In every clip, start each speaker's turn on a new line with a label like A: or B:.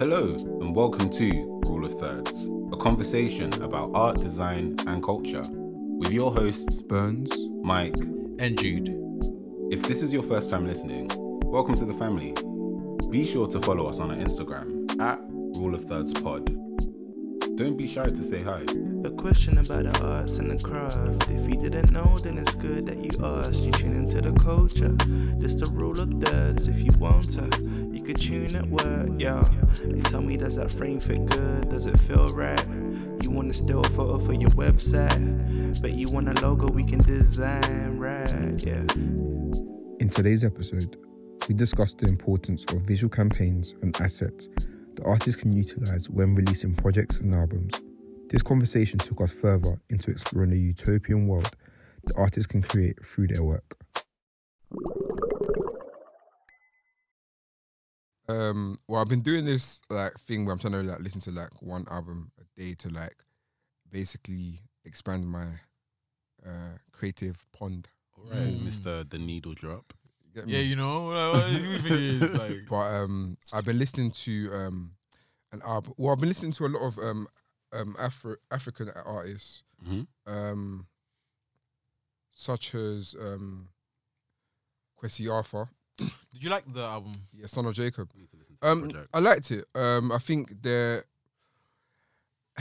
A: Hello, and welcome to Rule of Thirds, a conversation about art, design, and culture with your hosts,
B: Burns
A: Mike.
B: and Jude.
A: If this is your first time listening, welcome to the family. Be sure to follow us on our Instagram at Rule of Thirds Pod. Don't be shy to say hi.
C: A question about the arts and the craft. If you didn't know, then it's good that you asked. You tune into the culture. Just the rule of thirds. If you want to, you could tune at work, yeah. And tell me, does that frame fit good? Does it feel right? You want to steal a photo for your website, but you want a logo we can design, right? Yeah.
D: In today's episode, we discuss the importance of visual campaigns and assets that artists can utilize when releasing projects and albums. This conversation took us further into exploring the utopian world that artists can create through their work.
B: Um, well, I've been doing this like thing where I'm trying to like listen to like one album a day to like basically expand my uh creative pond.
A: Right, Mr. The Needle Drop.
B: You get me?
E: Yeah, you know, like, what do you think it is? Like,
B: But um, I've been listening to um an album. Well, I've been listening to a lot of um um Afro African artists,
A: Mhm.
B: um, such as um Kwesi Arthur,
E: did you like the album?
B: yeah, Son of Jacob.
A: Need to listen to the
B: Um,
A: project.
B: I liked it. Um, I think there,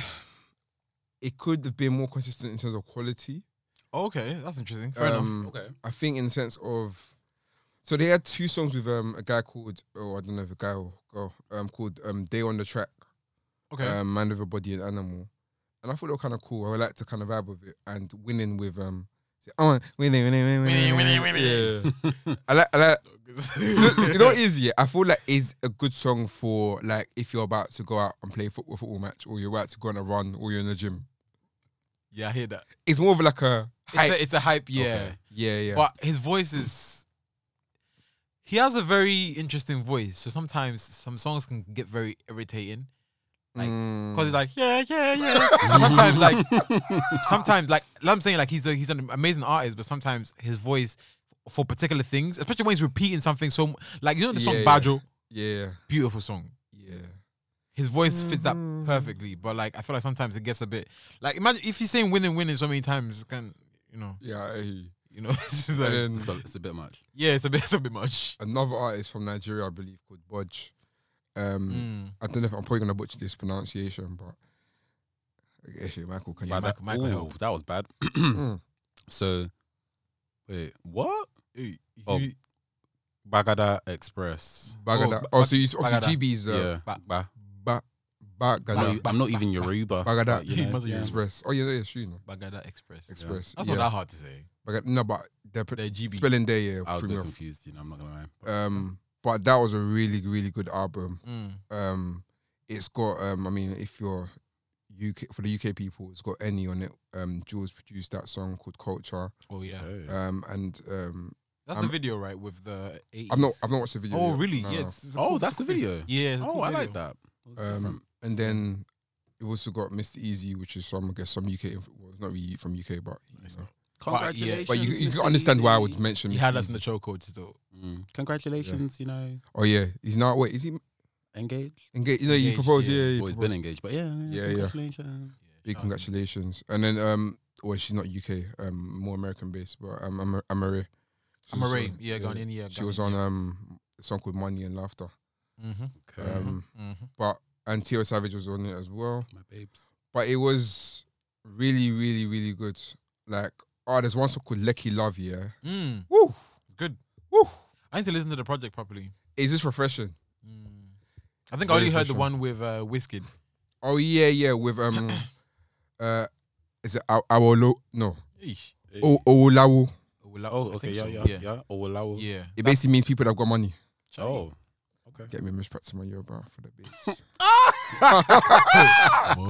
B: it could have been more consistent in terms of quality.
E: Oh, okay, that's interesting. Fair
B: Um,
E: enough.
A: Okay.
B: I think in the sense of, so they had two songs with um a guy called oh I don't know if a guy or girl um called um Day on the Track,
E: Okay,
B: um Man with a Body and Animal, and I thought they were kind of cool. I would like to kind of vibe with it and winning with um. Oh, winning, winning, winning, winning,
E: Winning, winning, winning.
B: Yeah. I like, I like, you know- you know what
E: it
B: it is yeah i feel like it's a good song for like if you're about to go out and play football football match or you're about to go on a run or you're in the gym
E: yeah, I hear that.
B: it's more of like a hype
E: It's a, it's a hype, yeah.
A: Okay.
B: yeah yeah
E: But his voice is. He has a very interesting voice, so sometimes some songs can get very irritating like,
B: Mm.
E: because it's like yeah, yeah, yeah. sometimes like, sometimes like, like I'm saying like he's a, he's an amazing artist, but sometimes his voice for particular things, especially when he's repeating something so m- like you know the song
B: Yeah, yeah.
E: Bajo,
B: yeah
E: beautiful song,
B: yeah
E: his voice fits that
B: Mm-hmm.
E: perfectly. But like, I feel like sometimes it gets a bit like imagine if he's saying winning, winning so many times, it can you know,
B: yeah I hear you.
E: you know, it's just like,
B: and then
A: It's a, it's a bit much.
E: yeah, it's a bit, it's a bit much.
B: another artist from nigeria i believe called bodge um
E: Mm.
B: i don't know if i'm probably gonna butcher this pronunciation but actually michael can
E: Yeah,
B: you
E: Michael- Michael
A: Ooh,
E: helped.
A: that was bad.
B: Mm.
A: so, wait, what?
E: Oh,
A: Oh, Bagada Express.
B: bagada
E: ba-
B: oh, so you
E: Bagada.
B: obviously gb's the
A: yeah. Ba-
B: ba- bagada
A: Well, I'm not even Yoruba.
B: Bagada.
A: but, you know,
E: He must be
A: yeah.
E: Yoruba.
B: express oh yeah yeah sure you know
E: Bagada Express.
B: express
E: That's
B: yeah.
E: not that hard to say.
B: Like, no, but the
E: They're GB.
B: spelling there, yeah.
A: I was a
B: threw
A: bit
B: me off.
A: confused, you know, I'm not gonna lie.
B: Um, but that was a really, really good album.
E: Mm.
B: Um, it's got, um, I mean, if you're UK for the UK people, it's got any on it. Um, Jules produced that song called Culture.
E: Oh yeah,
A: Oh.
B: Um, and um,
E: that's
B: I'm-
E: the video right with the. 80s.
B: I've not, I've not watched the video.
E: oh
B: yet.
E: really?
B: No,
E: Yeah.
B: no.
E: It's, it's a
A: Oh,
E: cool-
A: that's
E: it's a
A: the
E: cool-
A: video.
E: Yeah. it's a
A: oh,
E: cool
A: I
E: video.
A: like that. That was
B: Um,
A: different.
B: and then we also got Mr. Easy, which is some, I guess, some UK. influ- Well, it's not really from UK, but you
A: Nice.
B: know.
E: but yeah,
A: Congratulations.
B: but you, you
A: Mr.
B: can understand why I would
A: Easy.
B: mention.
E: He
B: Mr.
E: had us in the
B: Easy.
E: chokehold still.
A: Mm. Congratulations, you know,
B: Oh yeah, he's now. Wait, is he
A: engaged.
B: engaged? You know, he
E: Engaged,
B: proposed.
E: yeah.
B: Yeah, he
A: Well, he's
B: proposed.
A: been engaged, but yeah,
B: Yeah, yeah.
A: congratulations.
B: Big congratulations. And then um well she's not UK, um more American based, but um Ama- Amare. She
E: I'm
B: was
E: a Ray.
B: on-
E: Yeah, Ghanaian. Yeah.
B: She was on um a song called Money and Laughter.
E: Mm-hmm.
A: Okay.
B: Um
E: hmm
B: but and Tio Savage was on it as well.
A: My babes.
B: But it was really, really, really good. Like oh there's one song called Lecky Love, yeah.
E: Mm.
B: Woo!
E: Good.
B: Woo!
E: I need to listen to the project properly.
B: Is this refreshing?
E: Mm. I think I
B: Very
E: only heard the
B: official.
E: one with uh, Whisked.
B: Oh yeah, yeah, with um uh is it Aw- Awolo no.
E: Eesh.
B: O Owolawu.
A: Oh, okay, yeah, yeah, yeah,
E: yeah.
A: Oh, well, I will-
E: Yeah.
B: It basically means people that have got money.
A: Oh, okay.
B: Get me mispracticing my Yoruba for the bass.
E: Well,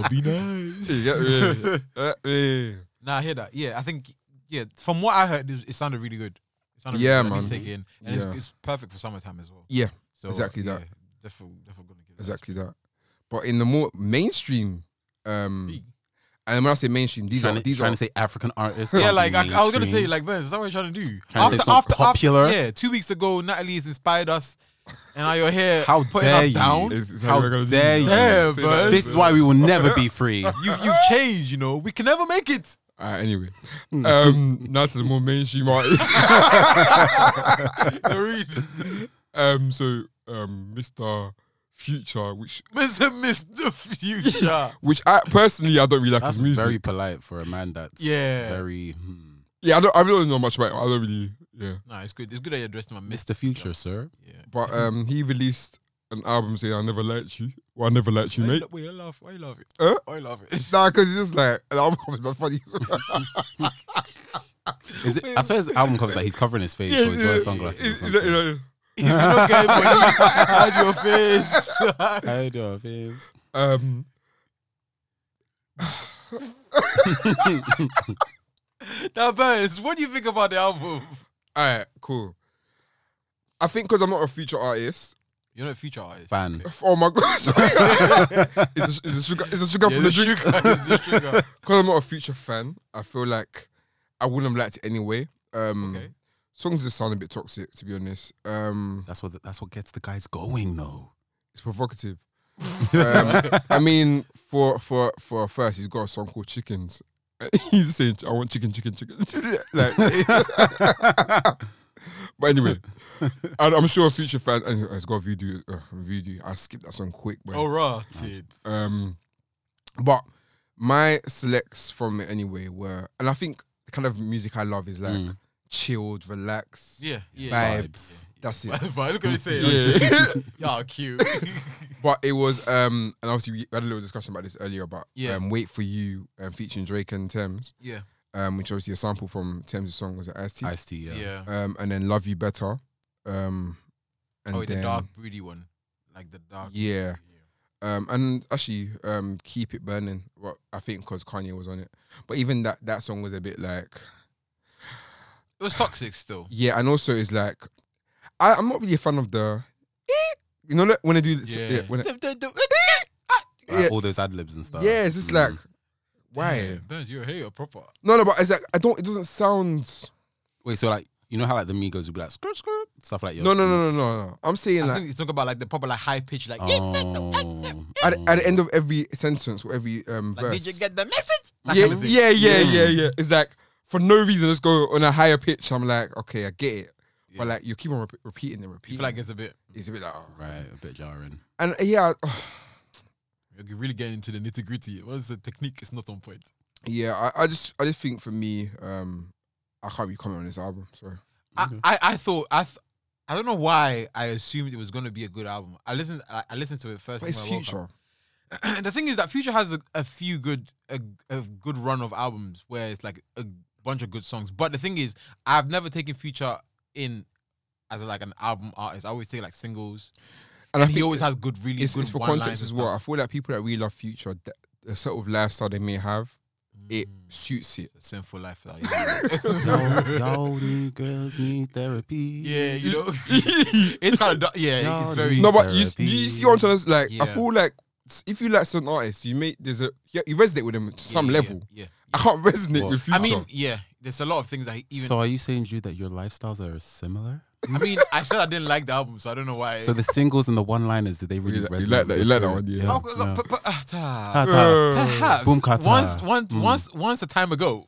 E: be nice.
B: Yeah, yeah, yeah. Uh, yeah.
E: Nah, I hear that. Yeah, I think, yeah, from what I heard, it, was- it sounded really good. It sounded
B: Yeah,
E: really good. I
B: man.
E: did take it in. And
B: Yeah.
E: it's, it's perfect for summertime as well.
B: Yeah,
E: So,
B: exactly that.
E: Definitely, definitely going to give that
B: exactly that. But in the more mainstream,
E: a
B: um,
E: speak.
B: and when I say mainstream, these
A: Trying
B: are
A: to-
B: these
A: trying
B: are
A: to say African artists.
E: Yeah,
A: can't be
E: like I, I was gonna say,
A: mainstream.
E: like, man, is that what you're trying to do?
A: Trying to say something popular.
E: yeah, two weeks ago, Natalie has inspired us and now you're here
A: How
E: putting
A: dare
E: us
A: you.
E: down.
B: Is- is
A: How
B: we're gonna do that.
A: dare you.
E: Yeah,
B: Say
E: bro.
B: that,
A: This is why we will never be free.
E: You, you've changed, you know. We can never make it.
B: Alright, anyway,
A: Hmm.
B: um, now to the more mainstream artists.
E: The read.
B: Um, so um, Mr. Future, which
E: Mr. Mr. Future.
B: which I personally I don't really like
A: That's
B: his music.
A: very polite for a man that's
E: Yeah.
A: very hmm,
B: Yeah, I don't. I really don't know much about. It. I don't really. Yeah,
E: Nah, it's good. It's good that you're dressed in my Mr.
A: Mr. Future, sir.
B: but um, he released an album saying "I never liked you." Well, I never liked you,
E: Why
B: mate.
E: lo- Why you laugh? Why you laugh? It?
B: Huh?
E: Why you laugh? It?
B: Nah, because it's just like an album cover is not funny.
A: Is it, I swear his album covers like he's covering his face or he's wearing sunglasses. or
B: Is, is that,
A: something.
B: you know,
E: If you don't get it, boy, hide your face.
A: Hide your face.
B: um,
E: now, Burns, what do you think about the album?
B: all right, cool. I think because I'm not a future artist.
E: You're not a future artist.
A: Fan.
B: Oh my god! it's, a, it's a sugar. It's a sugar
E: Yeah,
B: for the
E: the
B: drink.
E: sugar, it's the sugar.
B: because I'm not a future fan, I feel like I wouldn't have liked it anyway. Um,
E: Okay.
B: Songs just sound a bit toxic, to be honest. Um,
A: That's what that's what gets the guys going though.
B: it's provocative. um, I mean, for for for a first, he's got a song called Chickens. he's saying, "I want chicken, chicken, chicken." like, but anyway, and I'm sure a future fan and has got voodoo. Uh, voodoo. I skipped that song quick. But,
E: All right. dude.
B: Um, but my selects from it anyway were, and I think the kind of music I love is like
A: Mm.
B: chilled, relaxed.
E: Yeah, yeah.
B: Vibes. That's it.
E: But look at you say,
B: Yeah.
E: y'all cute.
B: But it was, um, and obviously we had a little discussion about this earlier about
E: Yeah.
B: um, "Wait for You" um, featuring Drake and Thames,
E: yeah,
B: um, which obviously a sample from Thames' song was at Ice T,
A: Ice tea, yeah.
E: yeah.
B: um, and then "Love You Better," um, and
E: oh, the
B: then-
E: dark, broody one, like the dark.
B: Yeah. Um, and actually, um, keep it burning. Well, I think because Kanye was on it, but even that that song was a bit like,
E: It was toxic still.
B: yeah, and also it's like, I, I'm not really a fan of the, you know, like, when they do, this,
E: Yeah.
B: yeah, when it,
E: Ah!
A: Like,
B: Yeah.
A: all those ad libs and stuff.
B: yeah, it's just
A: Mm.
B: like, why?
E: Yeah, Burns, you're a hater proper.
B: No, no, but it's like I don't. It doesn't sound.
A: Wait, so like you know how like the Migos would be like skirt skirt stuff like yo.
B: No, no, no, no, no, no. I'm saying
E: I
B: like
E: think it's talking about like the proper like high pitch like.
A: Oh,
B: at, at the end of every sentence or every um
E: Like,
B: verse.
E: did you get the message? That
B: yeah,
E: kind of thing.
B: yeah, yeah, yeah, yeah. It's like for no reason. Let's go on a higher pitch. I'm like, okay, I get it. But like you keep on rep- repeating and
E: You
B: repeating.
E: feel like it's a bit.
B: it's a bit like, oh.
A: right, a bit jarring.
B: and uh, yeah,
E: You're really getting into the nitty gritty. What's the technique? It's not on point.
B: yeah. I, I just, I just think for me, um, I can't really comment on this album. Sorry.
E: I,
B: Mm-hmm.
E: I, I thought I th- I don't know why I assumed it was going to be a good album. I listened I, I listened to it first.
B: But it's
E: when I woke up.
B: future.
E: the thing is that Future has a, a few good a, a good run of albums where it's like a bunch of good songs. But the thing is, I've never taken Future in as like an album artist. I always take like singles,
B: And I
E: he
B: think
E: always has good, really
B: it's,
E: good.
B: it's for
E: one-liners
B: context
E: and
B: as well. I
E: stuff.
B: feel like people that really love future, the, the sort of lifestyle they may have, it
E: Mm.
B: suits it.
E: Sinful lifestyle. Yeah,
A: Y'all, y'all need girls need therapy.
E: yeah you know, it's kind of yeah,
A: No,
E: it's very
B: No, but you, do you
A: Therapy.
B: see what I'm trying to say? Like,
E: Yeah.
B: I feel like s- if you like certain artists, you make there's a yeah, you resonate with them to
E: yeah,
B: some
E: yeah,
B: level.
E: Yeah,
B: I can't resonate
A: What?
B: with future.
E: I mean, yeah, there's a lot of things that he even
A: So are you saying, Drew, that your lifestyles are similar?
E: I mean, I said I didn't like the album, so I don't know why.
A: So the singles and the one-liners, did they really
B: You like-
A: resonate?
B: you like that- you
A: with
B: like that
A: your
B: one, yeah.
A: spirit?
E: Oh, look, per- per- ah, ta.
A: Ta- ta.
E: perhaps
A: Boom, kata.
E: once, once,
A: Mm.
E: once, once a time ago,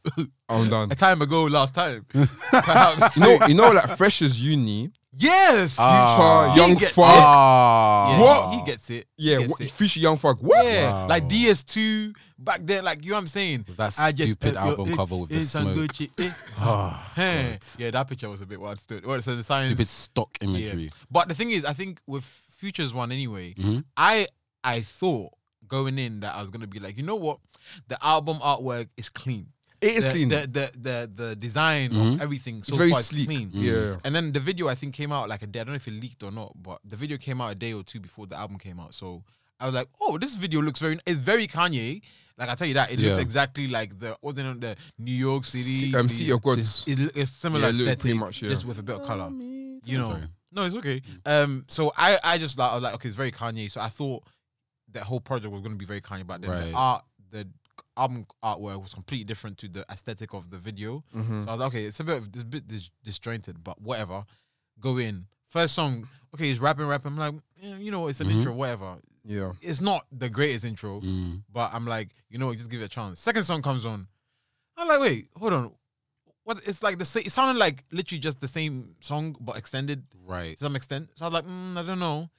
B: I'm done.
E: a time ago, last time, perhaps.
B: You know, you know, like freshers uni,
E: yes,
A: Ah.
E: He
B: young
E: gets
B: fuck,
A: Ah.
E: yeah,
B: What?
E: he gets it. He
B: yeah,
E: gets
B: what,
E: it.
B: future young fuck, what?
E: Yeah,
A: Wow.
E: like DS2 back then, like you know what I'm saying.
A: That stupid album cover with the
E: it's on
A: smoke.
E: Gucci, eh.
A: Ah,
E: Huh.
A: God.
E: yeah, that picture was a bit wild. Still, well, so the science,
A: Stupid stock
E: yeah.
A: imagery.
E: But the thing is, I think with Futures one anyway,
A: Mhm.
E: I I thought going in that I was gonna be like, you know what, the album artwork is clean.
B: It is
E: the,
B: clean.
E: The the the, the design of
A: Mhm.
E: everything so
B: it's very
E: far is
B: sleek.
E: clean.
B: Yeah,
E: And then the video I think came out like a day. I don't know if it leaked or not, but the video came out a day or two before the album came out. So I was like, oh, this video looks very. It's very Kanye. Like I tell you that it looks
A: Yeah.
E: exactly like the what's the name of the New York City.
B: C- um,
E: the-
B: City of Gods.
E: It, lo- it's similar
B: Yeah, it looked
E: aesthetic,
B: pretty much, yeah.
E: just with a bit of color. You know,
A: Sorry. Mm.
E: no, it's okay. Um, so I I just like I was like okay, it's very Kanye. So I thought that whole project was going to be very Kanye, but then
A: Right.
E: the art, the album artwork was completely different to the aesthetic of the video.
A: Mm-hmm.
E: So I was like, okay, it's a bit of this bit dis- disjointed, but whatever. Go in. First song okay, he's rapping, rapping. I'm like, eh, you know, it's an
A: Mm-hmm.
E: intro, whatever.
B: Yeah.
E: It's not the greatest intro,
A: Mm.
E: but I'm like, you know, what, just give it a chance. Second song comes on. I'm like, wait, hold on. What? It's like the same. It sounded like literally just the same song, but extended
A: Right.
E: to some extent. So I was like, mm, I don't know.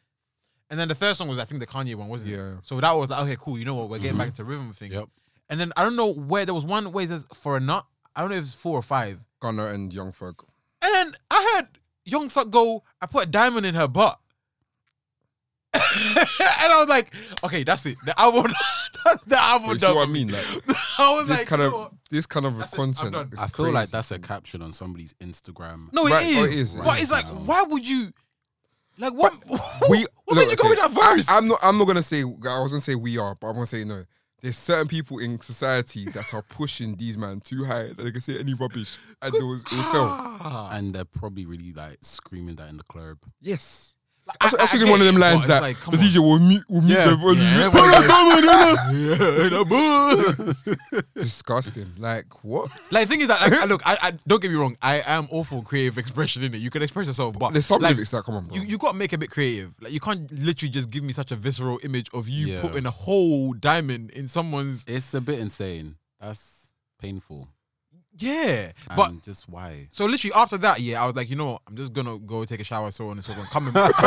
E: And then the third song was, I think, the Kanye one, wasn't it?
B: Yeah.
E: So that was like, okay, cool. You know what? We're getting
A: Mhm.
E: back into rhythm thing.
A: Yep.
E: And then I don't know where there was one where it says for a nut. I don't know if it's four or five.
B: Gunner and Young Thug.
E: And then I heard Young Thug go, I put a diamond in her butt. and I was like, okay, that's it. The album, that's the album
B: You see
E: done.
B: what I mean? Like
E: I was
B: this
E: like,
B: kind
E: you
B: of
E: know what?
B: this kind of
E: That's it, I'm
B: content.
E: done.
B: is
A: I feel like
B: crazy.
A: that's a caption on somebody's Instagram.
E: no, it is.
B: Right, oh, it is, it
E: But
A: is
E: it's like,
A: now.
E: why would you? Like, what?
B: we-
E: what
B: look,
E: made you go with
B: okay.
E: that verse?
B: I'm not. I'm not gonna say. I was gonna say we are, but I'm gonna say no. There's certain people in society that are pushing these man too high that they can say any rubbish and it was it will sell.
E: Ah.
A: And they're probably really like screaming that in the club.
B: Yes,
E: Like,
B: that's,
E: I-
B: that's
E: I- I
B: really one of
E: get it,
B: them
E: but
B: lines
E: it's
B: that
E: like, come
B: the
E: on.
B: DJ will mute will mute
A: Yeah,
B: the volume.
E: yeah,
B: Disgusting. Like what?
E: Like the thing is that like, I- look, I, I don't get me wrong, I am all for creative expression in it. You can express yourself, but
B: There's some
E: like,
B: lyrics that come on, bro.
E: you you gotta make a bit creative. Like you can't literally just give me such a visceral image of you
A: Yeah.
E: putting a whole diamond in someone's
A: It's a bit insane. That's painful.
E: yeah.
A: And
E: But
A: just why?
E: so literally after that, yeah, I was like, you know, what? I'm just gonna go take a shower, so on and so on. Coming, I, just- I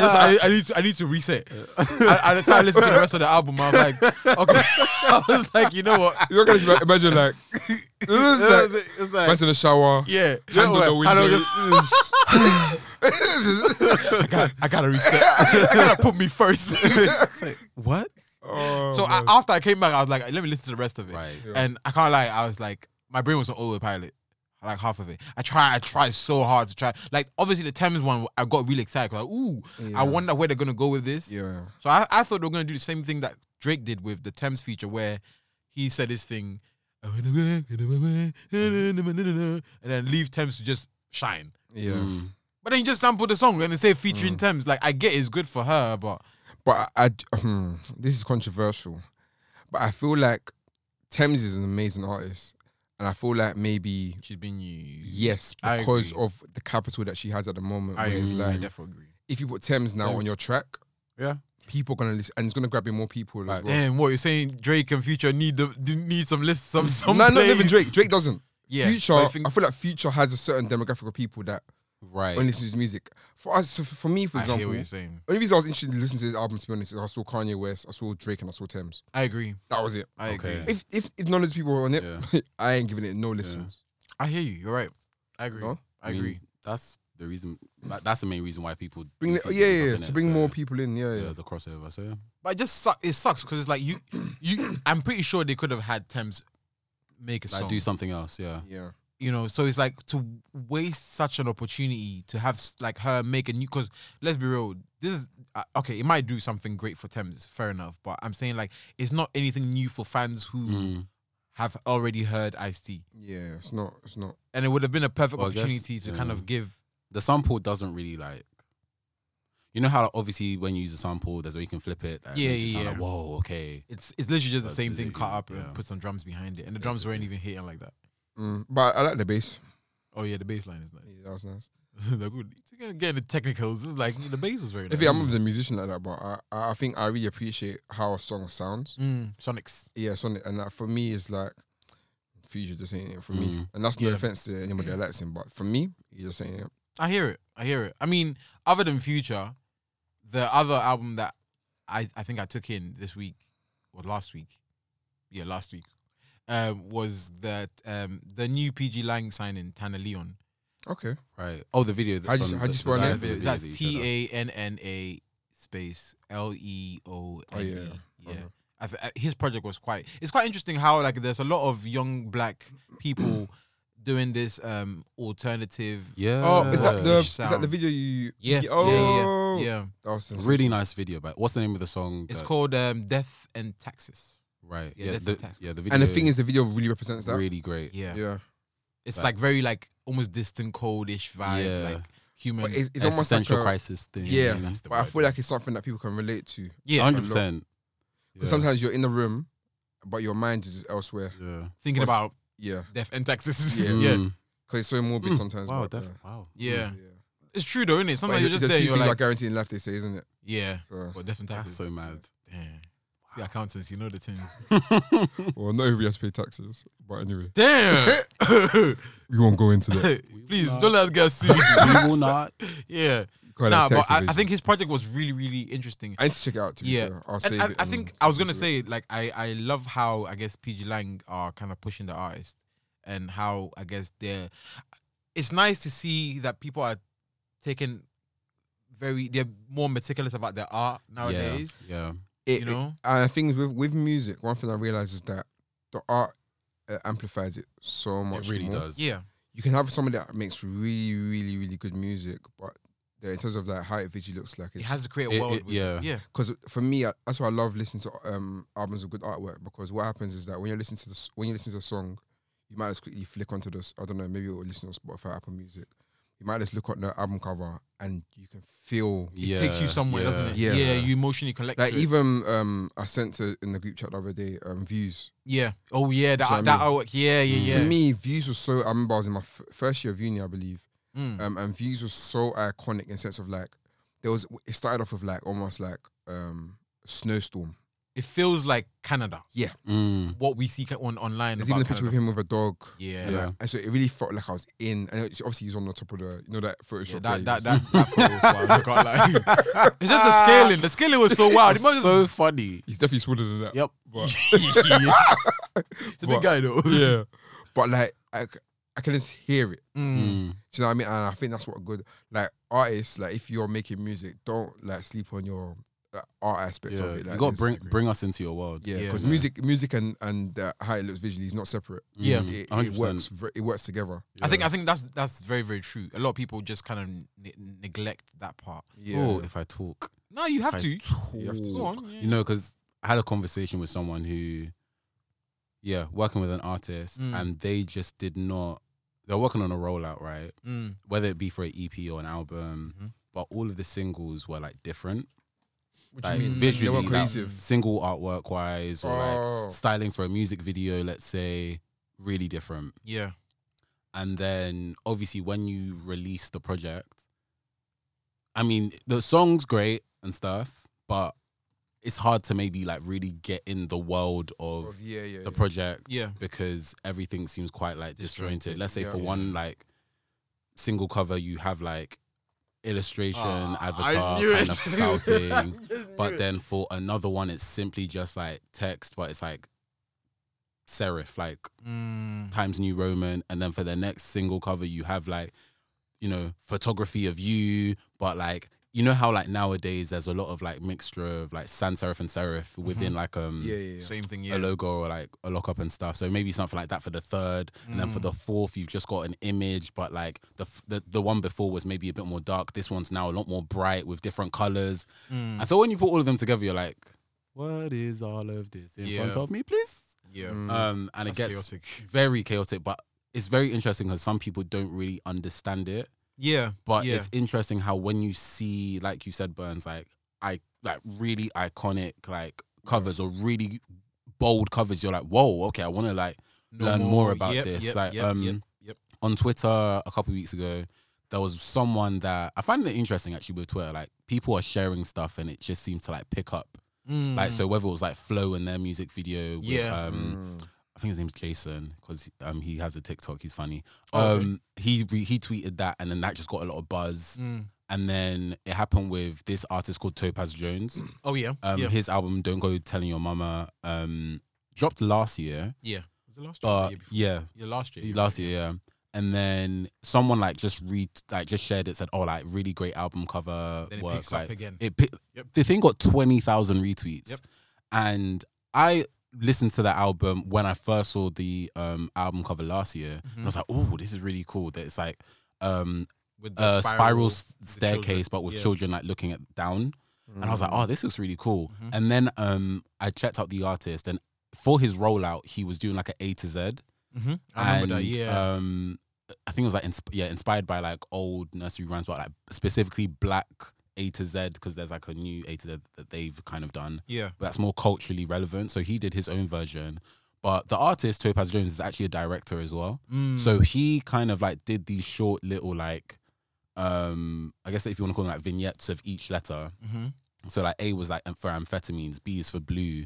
E: just I, I need to, I need to reset. I, I started listening to the rest of the album. I was like, okay, I was like, you know what,
B: You're gonna ima- imagine like, like
A: It's
B: man's in the shower,
E: yeah,
B: hand on the window.
E: I got I gotta reset. I gotta put me first. what?
B: Oh,
E: so I,
B: man.
E: after I came back, I was like, let me listen to the rest of it.
A: Right.
B: Yeah.
E: And I can't lie, I was like, my brain was on autopilot, like half of it. I tried, I tried so hard to try. Like obviously the Thames one, I got really excited. Like, ooh,
B: Yeah.
E: I wonder where they're gonna go with this.
B: yeah,
E: So I, I thought they were gonna do the same thing that Drake did with the Thames feature, where he said this thing,
B: Mm-hmm.
E: and then leave Thames to just shine.
B: yeah.
E: But then you just sample the song and they say
B: Mm.
E: featuring Thames. Like I get it's good for her, but
B: But I, I d- hmm, this is controversial, but I feel like Thames is an amazing artist, and I feel like maybe
E: she's been used.
B: yes
E: I
B: because
E: agree.
B: of the capital that she has at the moment.
E: I,
B: where it's
E: agree. I
B: like
E: definitely agree.
B: if you put Thames now
A: Thames.
B: on your track,
E: Yeah.
B: people gonna listen and it's gonna grab you more people as
A: Right.
B: well.
E: Damn, what you're saying? Drake and Future need the do need some list, some some.
B: No, not
E: plays.
B: even Drake. Drake doesn't.
E: Yeah,
B: Future,
E: but I
B: I,
E: think-
B: feel like Future has a certain demographic of people that
A: Right.
B: only listens to his music. For us, so for me, for
E: I hear
B: example,
E: what you're saying.
B: only reason I was interested in listening to his album, to be honest, is I saw Kanye West, I saw Drake, and I saw Thames.
E: I agree.
B: That was it.
E: I
A: Okay.
E: agree.
B: If if, if none of these people were on it,
A: Yeah.
B: I ain't giving it no listens.
E: I hear you. You're right. I agree.
B: No?
E: I agree.
A: mean, that's the reason. that- that's the main reason why people do
B: Bring the,
A: think
B: yeah,
A: there's
B: yeah,
A: something
B: to
A: in it,
B: bring
A: so,
B: more people in. Yeah, yeah.
A: Yeah, the crossover. So yeah.
E: But it just suck. It sucks because it's like you, you. I'm pretty sure they could have had Thames make a
A: like
E: song.
A: do something else. Yeah.
B: yeah.
E: you know, so it's like to waste such an opportunity to have s- like her make a new. Because let's be real, this is uh, okay. It might do something great for Thames, fair enough. But I'm saying like it's not anything new for fans who
A: Mm.
E: have already heard Ice T.
B: Yeah, it's not. It's not.
E: and it would have been a perfect
A: Well, I guess,
E: opportunity to kind
A: yeah.
E: of give.
A: The sample doesn't really like. You know how obviously when you use a sample, there's where you can flip it. That
E: Yeah,
A: makes it
E: yeah,
A: sound
E: yeah.
A: Like, Whoa, okay.
E: It's it's literally just the
A: That's
E: same thing
A: it,
E: cut up
A: yeah.
E: and put some drums behind it, and the drums weren't even hitting like that.
B: Mm, but I like the bass.
E: Oh yeah, the bass line is nice.
B: Yeah, that was nice.
E: They're good. Getting the technicals, it's like the bass was very nice.
B: If I'm not a musician like that, but I, I I think I really appreciate how a song sounds.
E: Mm, Sonics.
B: Yeah, so and that for me is like Future just ain't it for me.
A: Mm.
B: And that's no
E: Yeah.
B: offense to anybody that likes him, but for me, he just ain't it.
E: I hear it. I hear it. I mean, other than Future, the other album that I, I think I took in this week or last week, yeah, last week, um, was that um, the new PG Lang signing Tana Leon.
B: Okay.
A: Right. Oh, the video. that-
B: How'd you-
A: from
B: how'd
A: the-
B: you spell
A: the
B: it?
A: live
B: Yeah,
A: video
E: That's
A: that you showed us.
E: T A N N A space L E O
B: Oh
E: N
B: yeah.
E: E. Yeah.
B: Okay.
E: I th- I- his project was quite. It's quite interesting how like there's a lot of young black people doing this um alternative.
A: Yeah.
B: Oh, is
E: Uh,
B: that the
E: sound.
B: is that the video you?
E: Yeah.
B: Oh.
E: yeah, yeah, yeah, yeah.
B: That was sensational.
A: really nice video? But what's the name of the song?
E: It's
A: that-
E: called um, Death and Taxes.
A: Right.
E: Yeah,
A: Yeah.
E: Death
A: the,
E: Attack.
A: yeah. The video.
B: And the thing is, the video really represents that.
A: really great.
E: Yeah,
B: Yeah.
E: it's
A: Like-
E: like very like almost distant, coldish vibe,
A: Yeah.
E: like human.
B: But it's, it's almost like
A: Existential
B: a,
A: crisis thing.
B: Yeah,
E: that's the
B: but I
E: word.
B: feel like it's something that people can relate to.
E: yeah,
A: Hundred percent.
B: Because sometimes you're in the room, but your mind is elsewhere.
A: Yeah.
E: thinking
B: what's-
E: about
B: Yeah.
E: Death and Taxes.
B: Yeah.
E: yeah,
A: Mm.
B: Because it's so morbid
A: Mm.
B: sometimes.
A: Wow.
B: but,
A: Def-
B: yeah.
A: Wow.
E: Hmm. yeah.
B: yeah.
E: it's true though, isn't it?
B: But
E: Sometimes you're
B: it's
E: just
B: the
E: there.
B: two
E: You're
B: things
E: like,
B: are guaranteed in life, they say, isn't it?
E: yeah,
B: So,
E: but death and
A: That's
E: taxes.
A: so mad.
E: Damn. See, accountants, you know the things.
B: well, not everybody has to pay taxes. But anyway,
E: Damn.
B: we won't go into that.
E: Please don't let us get sued.
A: We will not.
E: yeah.
B: Quite
E: nah,
B: a
E: but
B: tax
E: I, I
B: evasion.
E: think his project was really, really interesting.
B: I need to check it out. To be
E: Yeah.
B: fair. I'll
E: And
B: save
E: I,
B: it.
E: I
B: and
E: think I was gonna
B: listen to it.
E: say like I I love how I guess PG Lang are kind of pushing the artist and how I guess they're. It's nice to see that people are taking very they're more meticulous about their art nowadays.
A: Yeah.
B: It-
E: You
B: it-
E: know,
B: and I think with with music, one thing I realize is that the art uh, amplifies it so
A: yeah.
B: much.
A: It really
B: more.
A: does.
E: yeah,
B: You can have somebody that makes really, really, really good music, but the, in terms of like how it visually looks like,
E: it
B: it's
E: has to create a
A: It-
E: world.
A: it-
E: with,
A: yeah.
E: yeah,
B: because for me I- that's why I love listening to um albums of good artwork because what happens is that when you listen to the s- when you listen to a song you might just quickly flick onto this I don't know maybe you'll listen on Spotify Apple Music you might just look at the album cover and you can feel
E: It takes you somewhere, doesn't it?
B: Yeah.
E: yeah, you emotionally collect.
B: like
E: to it.
B: even um I sent to in the group chat the other day um views
E: Yeah. Oh yeah, that
B: Do you know
E: that
B: what I
E: artwork. Yeah,
A: Mm.
E: yeah,
B: for
E: yeah.
B: me views was so I remember I was in my f- first year of uni I believe
A: uh,
E: Mm.
B: um, and views was so iconic in sense of like there was it started off with like almost like um snowstorm
E: It feels like Canada.
A: Mm.
E: What we see ca- on online.
B: there's
E: about
B: even a
E: Canada.
B: picture with him with a dog
E: Yeah.
B: And, like, and so it really felt like I was in. And it's- obviously, he was on the top of the, you know, that
E: Yeah,
B: Photoshop.
E: that, that,
B: waves.
E: that, that photo was wild. I can't lie. It's just
A: Ah.
E: the scaling. The scaling was
B: Oh,
E: so wild. It must
A: so funny.
B: He's definitely smaller than that.
A: Yep.
B: But,
E: it's a big guy though.
B: yeah. But like, I, c- I can just hear it.
E: Mm.
A: Mm.
B: Do you know what I mean? And I think that's what good, like, artists, like, if you're making music, don't, like, sleep on your uh, art aspects
A: Yeah.
B: of it. Like,
A: you got to
B: it's-
A: bring bring us into your world.
B: Yeah,
E: Yeah.
B: because
A: Yeah.
B: music, music, and and uh, how it looks visually is not separate.
E: Yeah.
A: Mm,
B: It, it
A: 100%.
B: works. ver- It works together.
A: Oh,
E: I think I think that's that's very very true. A lot of people just kind of ne- neglect that part.
B: Yeah,
A: Oh, if I talk.
E: No, you have
A: I
E: to.
B: You have to
E: Go on. yeah.
A: you know, because I had a conversation with someone who, yeah, working with an artist,
E: Mm.
A: and they just did not. They're working on a rollout, right?
E: Mm.
A: Whether it be for an EP or an album,
B: Mm-hmm.
E: Mhm.
A: but all of the singles were like different,
B: What
A: like
B: do you mean?
A: visually,
B: they were
A: like,
B: cohesive.
A: single artwork wise, or
B: Oh.
A: like styling for a music video, let's say, really different.
E: Yeah.
A: And then obviously, when you release the project, I mean, the song's great and stuff, but it's hard to maybe like really get in the world of
B: Of- yeah, yeah.
A: the
B: yeah.
A: project
E: Yeah.
A: because everything seems quite like disjointed.
E: Disjointed.
A: Let's say for
B: Yeah.
A: one like single cover you have like illustration,
E: Ah, I
A: avatar
E: knew
A: kind
E: it.
A: of style thing. But
E: it.
A: then for another one it's simply just like text, but it's like serif, like
E: Mm.
A: Times New Roman. And then for the next single cover you have like, you know, photography of you, but like you know how like nowadays there's a lot of like mixture of like sans serif and serif
E: Mm-hmm.
A: within like um
B: yeah, yeah, yeah.
E: Same thing.
A: a
E: Yeah.
A: logo or like a lockup and stuff. So maybe something like that for the third, and then for the
E: Mm.
A: fourth, you've just got an image, but like the, f- the the one before was maybe a bit more dark. This one's now a lot more bright with different colors.
E: Mm.
A: And so when you put all of them together, you're like, what is all of this in front
E: Yeah.
A: of me, please?
E: Yeah. Uh,
B: Mm.
A: Um, and
E: That's
A: it gets
E: chaotic.
A: very chaotic, but it's very interesting because some people don't really understand it.
E: Yeah.
A: But
E: yeah.
A: it's interesting how when you see, like you said, Burns, like I like really iconic like covers or really bold covers, you're like, whoa, okay, I want to like
E: No
A: learn more, about
E: Yep,
A: this.
E: yep,
A: like,
E: yep,
A: um,
E: yep, yep.
A: on Twitter a couple weeks ago, there was someone that I find it interesting actually with Twitter. Like people are sharing stuff, and it just seemed to like pick up.
E: Mm.
A: Like so, whether it was like Flow in their music video, with,
E: Yeah.
A: um,
B: Mm.
A: I think his name's Jason because um he has a TikTok. He's funny.
E: Oh, okay.
A: um, he re- he tweeted that, and then that just got a lot of buzz.
E: Mm.
A: And then it happened with this artist called Topaz Jones.
E: Oh yeah.
A: Um,
E: yeah.
A: his album "Don't Go Telling Your Mama" um dropped last year,
E: yeah. Was it last year? or
A: but
E: the year before?
A: yeah,
E: Yeah, last year.
A: uh, last year. Yeah. And then someone like just read like just shared it said, "Oh, like really great album cover
E: Then it
A: work."
E: picks
A: like,
E: up again.
A: it pi-
E: Yep.
A: the thing got 20,000 retweets.
E: Yep.
A: And I listened to that album when I first saw the um album cover last year.
E: Mm-hmm.
A: And I was like, "Oh, this is really cool that it's like um
E: With the
A: a spiral, s
E: the
A: staircase
E: children.
A: but with
E: Yeah. Mm.
A: children like looking at down." And I was like, "Oh, this looks really cool."
E: Mhm.
A: And then um I checked out the artist and for his rollout, he was doing like an A to Z
E: Mm-hmm. I remember that.
A: and,
E: Yeah.
A: Um, I think it was like insp- yeah, inspired by like old nursery rhymes, but like specifically black A to Z because there's like a new A to Z that they've kind of done
E: yeah.
A: that's more culturally relevant. So he did his own version. But the artist Topaz Jones is actually a director as well.
E: Mm.
A: So he kind of like did these short little like um, I guess if you want to call them like vignettes of each letter.
E: Mm-hmm.
A: So like A was like for amphetamines, B is for blue,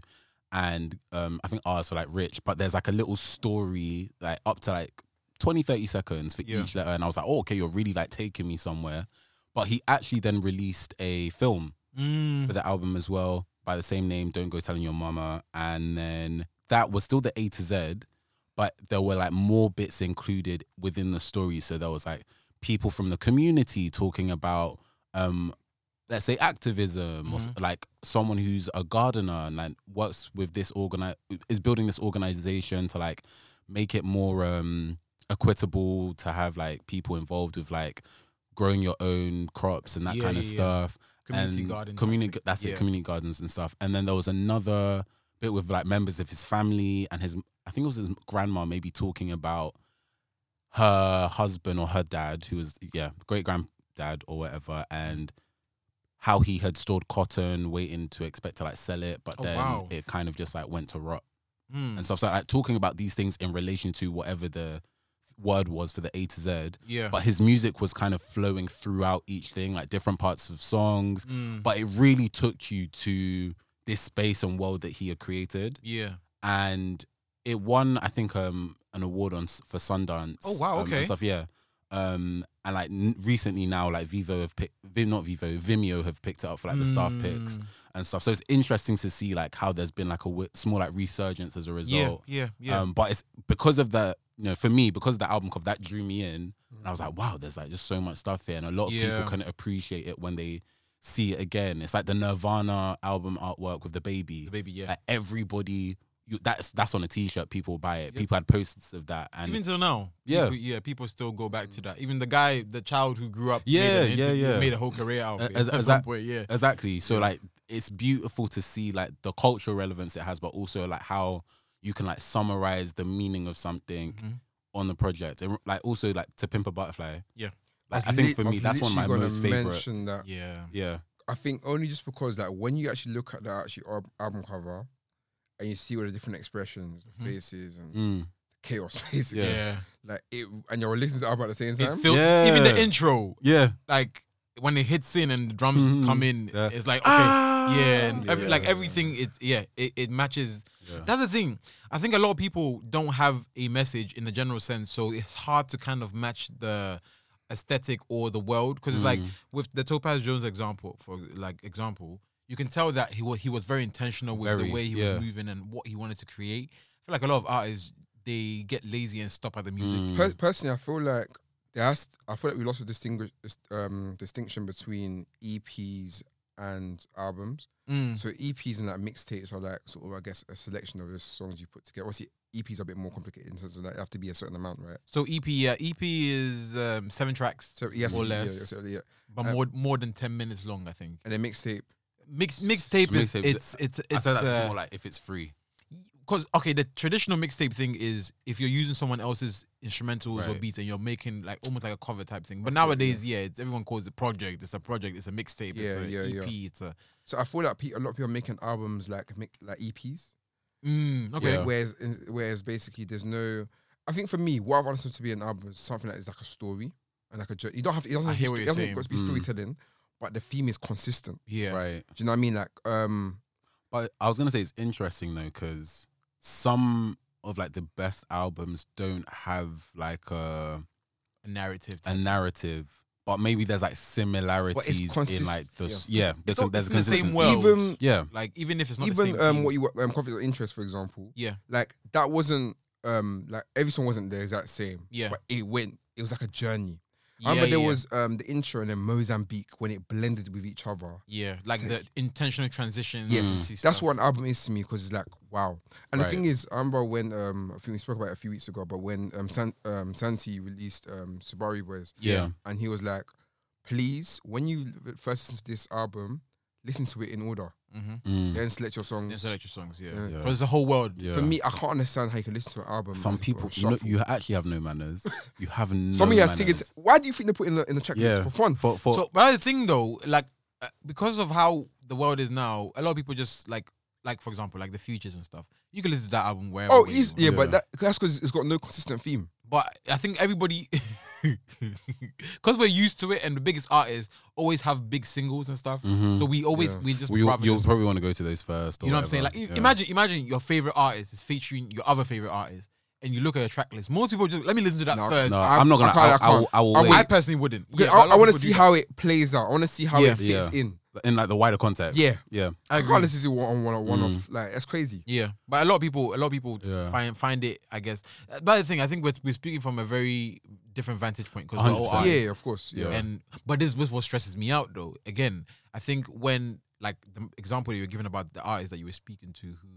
A: and um, I think R is for like rich. But there's like a little story like up to like 20, 30 seconds for
E: Yeah.
A: each letter, and I was like, oh, okay, you're really like taking me somewhere. But he actually then released a film
E: Mm.
A: for the album as well by the same name, Don't Go Telling Your Mama. And then that was still the A to Z, but there were like more bits included within the story. So there was like people from the community talking about, um, let's say activism or s-
E: Mm-hmm.
A: like someone who's a gardener and like works with this organi is building this organization to like make it more um equitable to have like people involved with like growing your own crops and that
E: Yeah,
A: kind of
E: yeah, yeah.
A: stuff
E: Community
A: and
E: garden.
A: Community, that's
E: Yeah.
A: it, community gardens and stuff. And then there was another bit with like members of his family and his, I think it was his grandma maybe talking about her husband or her dad, who was, yeah, great granddad or whatever, and how he had stored cotton, waiting to expect to like sell it, but
E: Oh,
A: then
E: wow.
A: it kind of just like went to rot
E: Mm.
A: and stuff. So like talking about these things in relation to whatever the word was for the A to Z.
E: Yeah.
A: But his music was kind of flowing throughout each thing, like different parts of songs,
E: Mm.
A: but it really took you to this space and world that he had created
E: yeah.
A: and it won i think um an award on s- for sundance
E: Oh, wow,
A: um,
E: okay.
A: and stuff yeah um and like n- recently now like vivo have picked Vim, not vivo vimeo have picked it up for like the staff picks
E: Mm.
A: and stuff so it's interesting to see like how there's been like a w- small like resurgence as a result
E: Yeah. Yeah. Yeah.
A: um but it's because of the you know for me because of the album cover that drew me in and I was like, wow, there's like just so much stuff here. And a lot of
E: Yeah.
A: people can appreciate it when they see it again. It's like the Nirvana album artwork with the baby.
E: the baby. Yeah.
A: Like everybody you, that's that's on a t shirt, people buy it.
E: Yeah.
A: People had posters of that and
E: even till now,
A: Yeah.
E: people, yeah, people still go back to that. Even the guy, the child who grew up,
A: Yeah,
E: made an
A: yeah,
E: interview-
A: yeah.
E: made a whole career out of it
A: As-
E: at
A: as
E: some
A: that-
E: point, yeah,
A: exactly. So like it's beautiful to see like the cultural relevance it has, but also like how you can like summarize the meaning of something
E: Mhm.
A: on the project. And like also like to pimp a butterfly.
E: Yeah.
A: Like, I,
B: was
A: think
B: lit-
A: for
B: I
A: me
B: was
A: that's one of my
B: literally gonna
A: most favorite.
B: Mention that.
E: yeah,
A: Yeah.
B: I think only just because like when you actually look at the actually al- album cover, and you see all the different expressions, the
E: Mhm.
B: faces, and
A: Mm.
B: chaos basically.
A: Yeah.
E: yeah.
B: Like it, and you're listening to the album at the same
E: It
B: time.
E: feels even the
A: Yeah.
E: intro,
A: Yeah.
E: like when it hits in and the drums
A: Mhm.
E: come in,
A: Yeah.
E: it's like okay,
A: Ah!
E: yeah, and every,
B: Yeah.
E: like everything, it's yeah, it, it matches.
A: Yeah.
E: That's the thing. I think a lot of people don't have a message in the general sense, so it's hard to kind of match the aesthetic or the world because it's like
A: Mm.
E: with the Topaz Jones example, for like example, you can tell that he was he was very intentional with
A: Very,
E: the way he
A: yeah.
E: was moving and what he wanted to create. I feel like a lot of artists they get lazy and stop at the music.
A: Mm.
B: Per- personally, I feel like there has. I feel like we lost the distinguish dis- um, distinction between EPs and albums.
E: Mm.
B: So EPs and like mixtapes are like sort of, I guess, a selection of the songs you put together. Obviously, EPs are a bit more complicated in terms of like they have to be a certain amount, right?
E: So EP, yeah, EP is um, seven tracks,
B: So yes,
E: More or
B: yeah,
E: less.
B: yeah, yeah.
E: but
B: uh,
E: more more than ten minutes long, I think.
B: and then mixtape.
E: Mix mixtape is
A: Mixtape.
E: it's it's
A: I
E: it's
A: said that's
E: uh,
A: more like if it's free.
E: because okay, the traditional mixtape thing is if you're using someone else's instrumentals or
A: Right.
E: beats and you're making like almost like a cover type thing. But nowadays, yeah, it's, everyone calls it project. It's a project. It's a mixtape.
B: Yeah,
E: it's a
B: yeah, yeah.
E: EP. It's a
B: So I feel like pe- a lot of people are making albums like mi- like EPs.
E: mm, okay.
A: Yeah.
B: Whereas in- whereas basically there's no. I think for me, what I've understood to be an album is something that is like a story and like a journey. You don't have it doesn't,
E: I
B: have to be
E: hear what
B: sto- it
E: you're
B: doesn't
E: saying.
B: have to be
A: Mm.
B: storytelling, but the theme is consistent.
E: Yeah.
A: Right.
B: Do you know what I mean? Like, um,
A: But I was gonna say it's interesting though, because some of like the best albums don't have like a
E: A narrative.
A: a narrative, but maybe there's like similarities in
B: consist-
A: like the s-
B: yeah.
A: yeah. there's,
E: all-
A: there's
E: Oh, it's in the same
A: consistency.
E: world.
B: even
A: Yeah.
E: like even if it's not the
B: even
E: same
B: um,
E: themes.
B: what you were- um, conflict of interest, for example.
E: Yeah.
B: Like that wasn't um like every song wasn't the exact same.
E: Yeah.
B: But it went. It was like a journey.
E: yeah,
B: I remember there
E: yeah,
B: was um the intro and then Mozambique when it blended with each other.
E: yeah, like the intentional transitions.
B: Yes,
E: and
B: Mm. that's
E: stuff.
B: what an album is to me because it's like wow. And
A: Right.
B: the thing is, I remember when um I think we spoke about it a few weeks ago, but when um, San, um Santi released um Subaru Boys,
A: Yeah.
B: and he was like, please, when you first listen to this album, listen to it in order,
E: Mhm.
A: Mm.
B: then select your songs.
E: Then select your songs. Yeah,
B: Yeah.
E: because
A: Yeah.
E: it's the whole world.
A: yeah.
B: For me, I can't understand how you can listen to an album.
A: some
B: and
A: people you, know,
B: shuffle.
A: you actually have no manners. You have no
B: some of you are
A: manners.
B: singing. Why do you think they put in the in the checklist
A: Yeah.
B: for fun?
A: for for
E: So, but the thing though, like uh, because of how the world is now, a lot of people just like, like for example, like the futures and stuff. You can listen to that album wherever.
B: Oh,
E: way you
B: easy.
E: want.
B: Yeah,
A: Yeah.
B: but that, that's because it's got no consistent theme.
E: But I think everybody, because we're used to it, and the biggest artists always have big singles and stuff.
A: Mhm.
E: So we always
B: Yeah.
E: we just
A: Well, you'll,
E: rather
A: you'll
E: just-
A: probably want to go to those first. Or
E: you know what I'm saying? Like
A: whatever.
E: i-
A: Yeah.
E: imagine imagine your favorite artist is featuring your other favorite artist, and you look at a track list. Most people just let me listen to that
B: No,
E: first.
A: No,
B: I-
A: I'm not
B: I
A: gonna. I,
B: can't- I
A: I, will- I will
B: can't.
A: wait
E: I personally wouldn't.
B: Yeah,
E: Yeah, but a
B: I,
E: lot of
B: want
E: people
B: to see
E: do that.
B: how it plays out. I want to see how
E: Yeah.
B: it fits
A: Yeah.
B: in.
A: in like the wider context.
E: Yeah.
A: yeah.
E: I
B: I
E: agree.
B: can't listen to one on one on one off. Like that's crazy.
E: Yeah, but a lot of people, a lot of people
A: Yeah.
E: find find it. I guess. Uh, But the thing, I think we're we're speaking from a very different vantage point because we're all
A: 100%.
E: artists.
B: uh, Yeah, of course. Yeah.
E: And but this was what stresses me out though. Again, I think when like the example you were given about the artist that you were speaking to who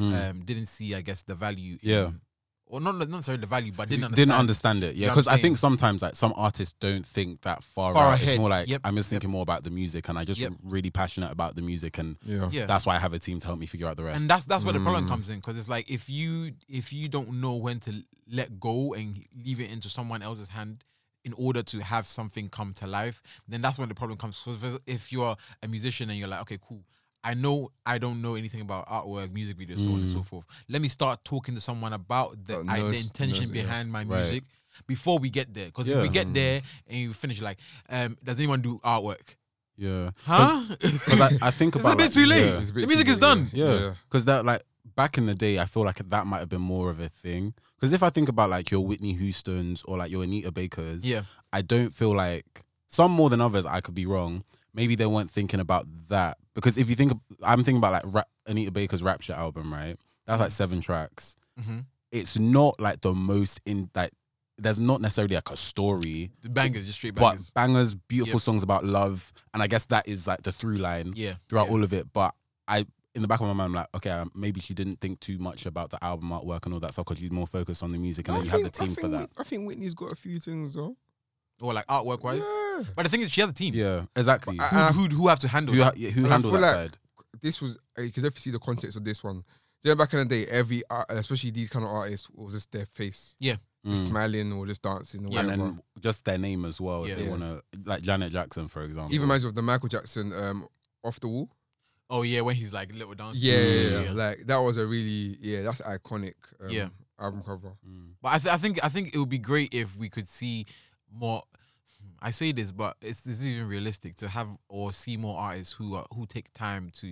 A: Mm.
E: um didn't see, I guess, the value.
A: Yeah.
E: in- or not not necessarily the value, but didn't
A: didn't,
E: understand.
A: understand it.
E: You
A: Yeah,
E: know
A: because
E: what I'm
A: I think
E: saying?
A: sometimes like some artists don't think that far,
E: Far
A: out.
E: ahead.
A: It's more like
E: Yep.
A: I'm just
E: Yep.
A: thinking more about the music, and I just
E: Yep.
A: really passionate about the music, and
B: Yeah.
E: yeah.
A: that's why I have a team to help me figure out the rest.
E: and that's that's where the problem
B: Mm.
E: comes in because it's like if you if you don't know when to let go and leave it into someone else's hand in order to have something come to life then that's when the problem comes so if- if you're a musician and you're like okay cool i know i don't know anything about artwork music videos so on and so forth let me start talking to someone about the,
B: That
E: I- the
B: knows-
E: intention
B: knows it, yeah.
E: behind my
A: Right.
E: music before we get there because if
A: Yeah.
E: we get there and you finish like um does anyone do artwork
A: yeah,
E: huh
A: because I, I think
E: it's
A: about
E: a bit
A: like,
E: too late
A: yeah.
B: It's a bit
E: the
B: too
E: music is
B: late,
E: done
A: Yeah,
B: Yeah.
A: because that like back in the day, I feel like that might have been more of a thing. Because if I think about like your Whitney Houston's or like your Anita Baker's,
E: yeah
A: I don't feel like some more than others. I could be wrong. Maybe they weren't thinking about that because if you think, I'm thinking about like rap, Anita Baker's Rapture album, right? That's like seven tracks.
E: hmm
A: It's not like the most in like. There's not necessarily like a story,
E: the bangers just straight
A: but
E: bangers
A: bangers, beautiful
E: Yep.
A: songs about love, and I guess that is like the through line
E: yeah
A: throughout
E: yeah.
A: all of it. But I, in the back of my mind, I'm like, okay, um, maybe she didn't think too much about the album artwork and all that stuff because she's more focused on the music, and
B: I
A: then you
B: think-
A: have the
B: I
A: team for
B: think
A: that.
B: Whit- I think Whitney's got a few things though.
E: or like artwork wise.
B: Yeah.
E: But the thing is, she has a team.
A: yeah, exactly.
B: But I-
E: Who, who who have to handle?
A: who
E: that?
A: ha- yeah, who
B: I
A: handled
B: feel
A: that
B: like-
A: side?
B: This was uh, you could definitely see the context of this one. Then back in the day, every art, especially these kind of artists was just their face, just
A: Mm.
B: smiling or just dancing or
E: Yeah,
A: and
B: whatever.
A: then just their name as well.
E: Yeah.
A: If they
B: Yeah.
A: want to, like Janet Jackson, for example.
B: Even reminds me of the Michael Jackson um, off the wall.
E: Oh yeah, when he's like little dancer.
B: Yeah, yeah, yeah,
E: yeah.
B: like that was a really yeah, that's iconic. Um,
E: Yeah.
B: album cover.
A: Mm.
E: But I, th- I think I think it would be great if we could see more. I say this, but it's, it's even realistic to have or see more artists who are who take time to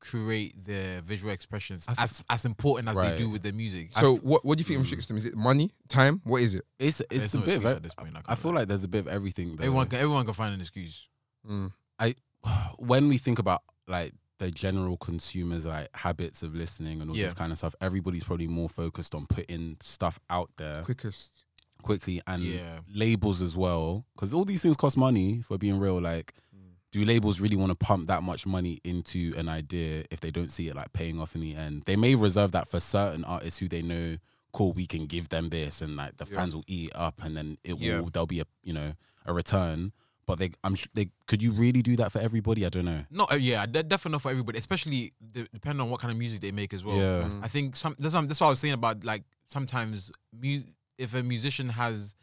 E: create their visual expressions as as important as they
A: Right.
E: do with their music.
B: So what what do you think
A: Mm.
B: restricts them? Is it money, time? What is it?
A: It's
E: There's
A: it's
E: no
A: a bit. Of,
E: excuse
A: e-
E: at this point.
A: I feel
E: can't lie.
A: like there's a bit of everything. Though.
E: everyone can everyone can find an excuse.
B: Mm.
A: when we think about like the general consumers like habits of listening and all
E: Yeah.
A: this kind of stuff, everybody's probably more focused on putting stuff out there
B: Quickest.
A: quickly and
E: Yeah.
A: labels as well because all these things cost money if we're being real like
E: Mm.
A: do labels really want to pump that much money into an idea if they don't see it like paying off in the end they may reserve that for certain artists who they know cool we can give them this and like the
B: Yeah.
A: fans will eat it up and then it will
E: Yeah.
A: there'll be a you know a return but they i'm sh- they could you really do that for everybody i don't know
E: No, uh, yeah, de- definitely not for everybody, especially de- depending on what kind of music they make as well.
A: yeah
B: Mm.
E: I think some that's, some, that's what I was saying about like sometimes mu- if a musician has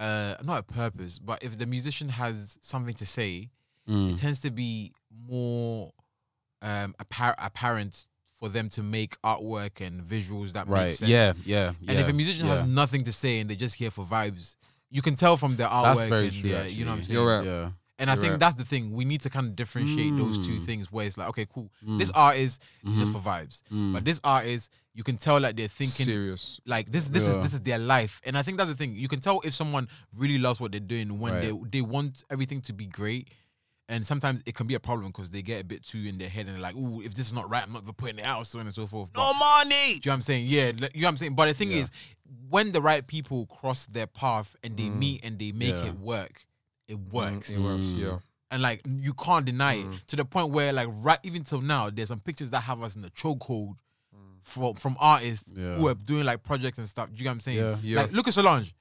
E: uh not a purpose, but if the musician has something to say, it
A: Mm.
E: tends to be more um appar- apparent for them to make artwork and visuals that make
A: right
E: sense.
A: yeah yeah yeah
E: And if a musician
A: yeah.
E: has nothing to say and they're just here for vibes, you can tell from their artwork.
A: that's very
E: and
A: true
E: their- you know what I'm
A: actually.
E: saying?
B: You're right.
A: yeah
E: And I
B: You're
E: think
B: right.
E: that's the thing. We need to kind of differentiate those two
A: Mm.
E: things where it's like, okay, cool.
A: Mm.
E: This artist is just
A: Mhm.
E: for vibes.
A: Mm.
E: But this artist, you can tell like they're thinking
B: serious.
E: like this this is
A: Yeah.
E: this is their life. And I think that's the thing. You can tell if someone really loves what they're doing when
A: Right.
E: they they want everything to be great. And sometimes it can be a problem because they get a bit too in their head and they're like, ooh, if this is not right, I'm not even putting it out, so on and so forth. But-
A: money
E: do you know what I'm saying? Yeah, like, you know what I'm saying? But the thing
A: Yeah.
E: is, when the right people cross their path and they
B: Mm.
E: meet and they make
A: Yeah.
E: it work, it works
B: Mm, it works.
A: Mm.
B: Yeah.
E: and like you can't deny
B: Mm.
E: it to the point where like right even till now there's some pictures that have us in the chokehold
B: Mm.
E: from from artists
A: yeah
E: who are doing like projects and stuff. Do you know what I'm saying?
A: yeah
B: Yeah.
E: Like look at Solange.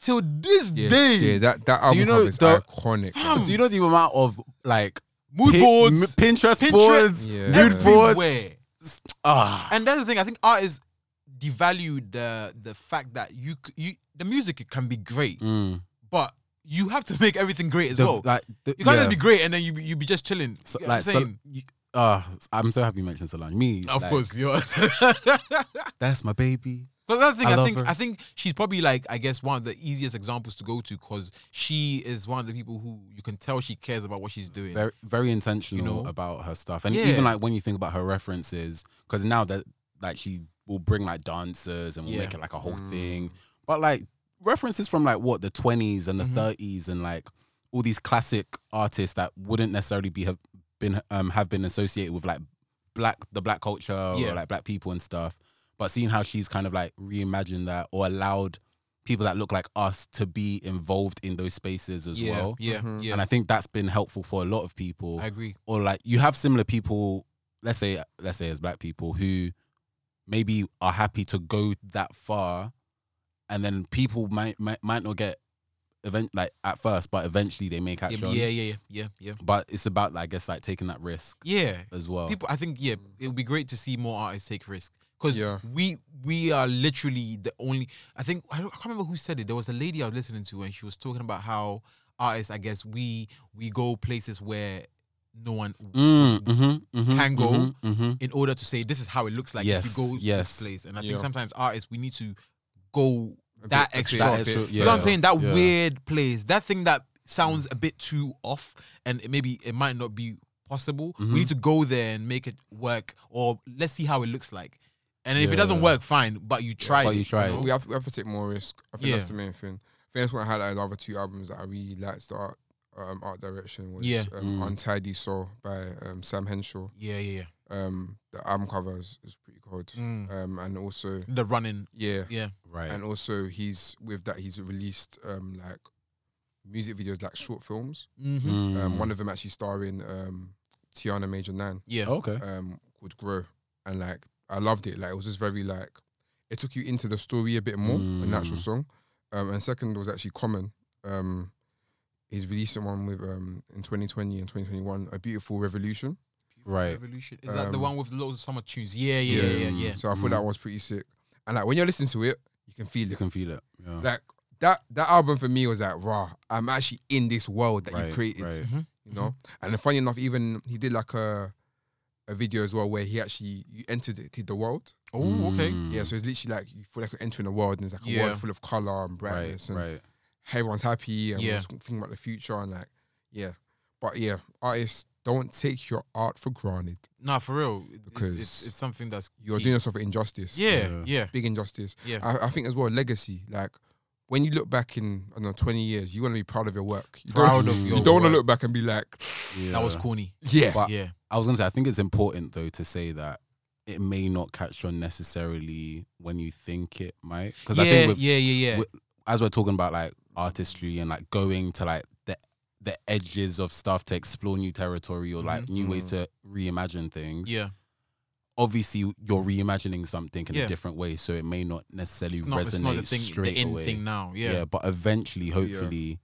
E: Till this
B: yeah.
E: day,
B: Yeah. That that album
A: you know
B: cover is
A: the-
B: iconic.
E: Fam.
A: do you know the amount of like
E: Hmm. mood
A: Pi-
E: boards,
A: m- Pinterest,
E: Pinterest,
A: boards,
B: Yeah.
A: nude boards.
E: everywhere.
A: Ah,
E: And that's the thing. I think artists devalue the the fact that you c- you the music can be great,
A: Mm.
E: but you have to make everything great as
A: The-
E: well.
A: like, the-
E: you can't
A: yeah.
E: just be great and then you be- you be just chilling.
A: So-
E: You know
A: like,
E: what
A: so,
E: I'm saying?
A: you- ah, I'm so happy you mentioned Solange. Me,
E: of
A: like,
E: course, you're
A: that's my baby.
E: But another thing,
F: I
E: I,
F: love
E: think,
F: her.
E: I think she's probably like, I guess, one of the easiest examples to go to because she is one of the people who you can tell she cares about what she's doing.
A: very very intentional
E: You know?
A: about her stuff and
E: Yeah.
A: even like when you think about her references because now that like she will bring like dancers and will
E: Yeah. Mm.
A: make it like a whole thing but like references from like what the 20s and the
E: Mhm.
A: 30s and like all these classic artists that wouldn't necessarily be have been um have been associated with like black the black culture
E: Yeah.
A: or like black people and stuff but seeing how she's kind of like reimagined that or allowed people that look like us to be involved in those spaces as
E: yeah,
A: well
E: Yeah,
B: Mhm.
E: yeah.
A: and I think that's been helpful for a lot of people.
E: I agree.
A: or like you have similar people, let's say let's say as black people who maybe are happy to go that far, and then people might might, might not get event like at first, but eventually they may catch
E: Yeah,
A: on.
E: yeah, yeah, yeah, yeah,
A: But it's about I guess like taking that risk
E: yeah.
A: as well.
E: People, I think, yeah, it would be great to see more artists take risks because
B: Yeah.
E: we we are literally the only. I think I, don't, I can't remember who said it. There was a lady I was listening to, and she was talking about how artists, I guess, we we go places where no one
A: Mm, hmm
E: Can go.
A: hmm
E: in order to say this is how it looks like
A: Yes,
E: if you go
A: yes.
E: to this place. And I
B: Yeah.
E: think sometimes artists we need to go
B: A
E: that
B: bit- a
E: extra.
B: bit-
A: That is true,
E: You know what I'm
A: yeah.
E: saying? That
A: Yeah.
E: weird place, that thing that sounds a bit too off, and it maybe it might not be possible.
A: Mhm.
E: We need to go there and make it work, or let's see how it looks like. And if it doesn't
A: Yeah.
E: work, fine. But you try.
A: but you try it.
B: we have we have to take more risk. I think
E: Yeah.
B: that's the main thing. I think that's what I highlighted the other two albums that I really liked the art um, art direction was
E: Yeah.
B: um,
A: Mm.
B: Untidy Soul by um, Sam Henshaw.
E: Yeah, yeah,
B: Um, the album cover is, is pretty good.
E: yeah. Mm.
B: Um, and also
E: The running.
B: yeah,
E: Yeah.
A: Right.
B: and also he's with that he's released um like music videos like short films.
E: Mm-hmm.
A: Mm.
B: Um, one of them actually starring um Tiana Major Nan
E: Yeah.
A: okay.
B: um called Grow, and like I loved it. Like it was just very like it took you into the story a bit more than the actual
A: Mm.
B: song. Um, and second was actually Common. Um, he's releasing one with um in 2020 and 2021, A Beautiful Revolution.
A: Right.
E: Revolution. Is that the
B: Um,
E: one with loads of summer tunes? Yeah, yeah, yeah, yeah. yeah.
B: So I
A: Mm.
B: thought that was pretty sick. And like when you're listening to it, you can feel
A: You
B: it.
A: can feel it. Yeah.
B: Like that that album for me was like, rah, I'm actually in this world that you
A: right.
B: created.
A: Right. Mm-hmm.
E: Mhm.
B: you know. And then funny enough, even he did like a a video as well where he actually you entered the, the world.
E: Oh, okay.
A: Mm.
B: Yeah, so it's literally like you feel like you're entering a world, and it's like a
E: Yeah.
B: world full of color and
A: Right.
B: brightness, and
A: Right.
B: everyone's happy, and
E: Yeah.
B: we're just thinking about the future, and like, yeah. But yeah, artists don't take your art for granted.
E: Nah, for real. It's-
B: Because
E: it's, it's something that's
B: You're
E: key.
B: doing yourself an injustice.
E: Yeah, yeah,
B: big injustice.
E: yeah.
B: I, I think as well, legacy. Like when you look back in, I don't know, 20 years, you want to be proud of your work. You
E: Proud
B: don't,
E: of your
B: You don't want to
E: work.
B: look back and be like,
E: That was
A: Yeah.
E: corny.
B: yeah,
A: But
E: yeah,
A: I was gonna say, I think it's important though to say that it may not catch on necessarily when you think it might, because
E: yeah,
A: I think with,
E: yeah, yeah, yeah.
A: with- as we're talking about like artistry and like going to like the the edges of stuff to explore new territory or like new ways to reimagine things.
E: Mm-hmm. yeah,
A: Obviously, you're reimagining something in
E: Yeah.
A: a different way, so it may not necessarily
E: it's not,
A: resonate
E: it's not the thing,
A: straight
E: the end
A: away.
E: thing now.
A: yeah.
E: Yeah,
A: but eventually, hopefully,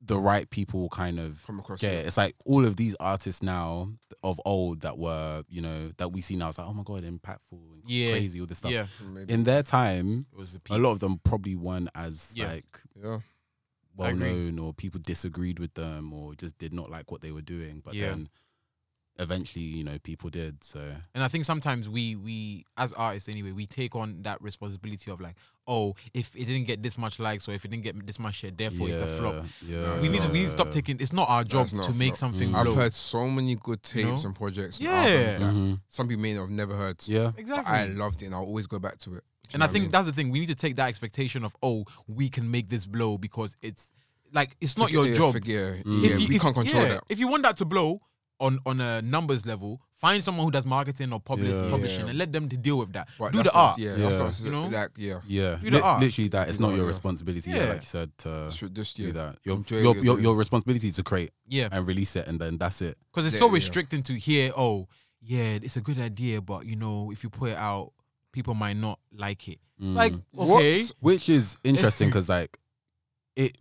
A: the right people will kind of
B: come across.
A: yeah,
B: it.
A: it's like all of these artists now of old that were, you know, that we see now. It's like, oh my god, impactful, and
E: Yeah,
A: crazy, all this stuff.
E: yeah.
B: Maybe.
A: In their time,
E: It was the
A: a
E: people.
A: lot of them probably weren't as
E: Yeah.
A: like
B: yeah.
A: well
E: agree.
A: known, or people disagreed with them, or just did not like what they were doing. But
E: Yeah.
A: then, eventually, you know, people did. So
E: And I think sometimes we we as artists anyway we take on that responsibility of like oh if it didn't get this much likes or if it didn't get this much share therefore it's a flop.
A: Yeah,
E: We need to we need to stop
A: yeah.
E: taking. It's not our job
B: it's not
E: to
B: a
E: make
B: flop.
E: something.
A: Mm.
B: I've
E: blow.
B: heard so many good tapes
E: No?
B: and projects. And
E: Yeah.
B: albums that
A: Mhm.
B: some people may not have never heard.
A: Yeah,
E: exactly.
B: I loved it, and I'll always go back to it. Do you
E: and
B: know
E: I
B: what
E: think
B: mean?
E: that's the thing. We need to take that expectation of oh we can make this blow because it's like it's not
B: Forget-
E: your
B: yeah,
E: job.
B: forget- yeah,
A: Mm.
B: yeah, we can't control
E: yeah,
B: that.
E: If you want that to blow on on a numbers level, find someone who does marketing or public,
A: Yeah.
E: publishing
B: Yeah.
E: and let them to deal with that.
B: But
E: Do
B: that's
E: the
B: not-
E: art.
B: Yeah, that's
A: Yeah.
B: not-
E: You know?
B: like yeah,
A: yeah.
E: Do the
A: Li-
E: art.
A: literally, that it's not your
B: Yeah.
A: responsibility. Yeah.
E: Yeah.
A: like you said, to
B: should just yeah.
A: do that. Your
B: Enjoy
A: your
B: what
A: your,
B: you're
A: your responsibility is to create
E: Yeah.
A: and release it, and then that's it.
E: Because it's
B: Yeah,
E: so
B: yeah.
E: restricting to hear, oh, yeah, it's a good idea, but you know, if you put it out, people might not like it. Like,
B: Hmm.
A: Mm.
B: What?
E: okay.
A: which is interesting because like it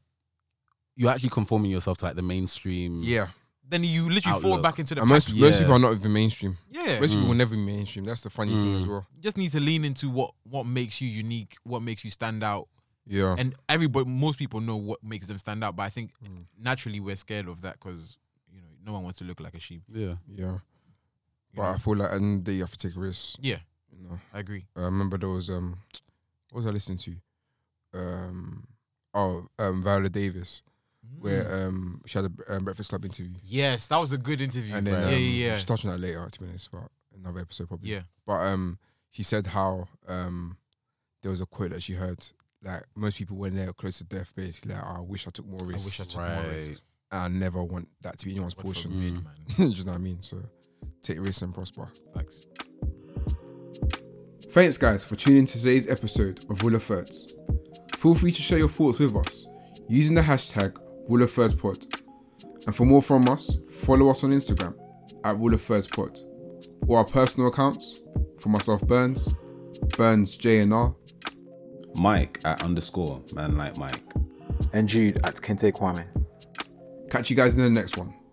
A: you're actually conforming yourself to like the mainstream
B: Yeah,
E: Then you literally fall
A: Outlook.
E: back into the
B: and most most
A: Mm. Yeah.
B: people are not even mainstream.
E: Yeah.
B: Most
E: You
B: people will never be mainstream. That's the funny thing as
A: Mm.
B: well.
E: just need to lean into what what makes you unique, what makes you stand out.
B: Yeah,
E: And everybody most people know what makes them stand out, but I think
B: Hmm.
E: naturally we're scared of that because you know, no one wants to look like a sheep.
A: yeah
B: yeah.
E: you
B: But
E: know?
B: I feel like and they have to take Uh, risks.
E: Yeah.
B: You know,
E: I agree.
B: I remember there was um, what what was I listening to? Um, oh, um, Viola Davis,
E: Mm.
B: where um she had a um, Breakfast Club interview,
E: Yes, that was a good interview.
B: and then
E: yeah,
B: um,
E: yeah, yeah.
B: she touched on that later. To be honest, but another episode probably.
E: yeah.
B: But um, she said how um there was a quote that she heard like most people when they're close to death, basically, like, "Oh, I wish I took more
E: I wish
B: risks.
E: I took more risks.
B: and I never want that to be anyone's
E: God
B: portion.
E: forbid,
A: Mm.
E: man.
B: Do you know what I mean? So take risks and prosper.
E: Facts.
B: Thanks, guys, for tuning in to today's episode of Rule of Thirds. Feel free to share your thoughts with us using the hashtag Rule of Thirds Pod. And for more from us, follow us on Instagram at Rule of Thirds Pod or our personal accounts for myself, Burns, Burns JNR,
F: Mike at underscore man like Mike.
G: and Jude at Kente Kwame.
B: Catch you guys in the next one.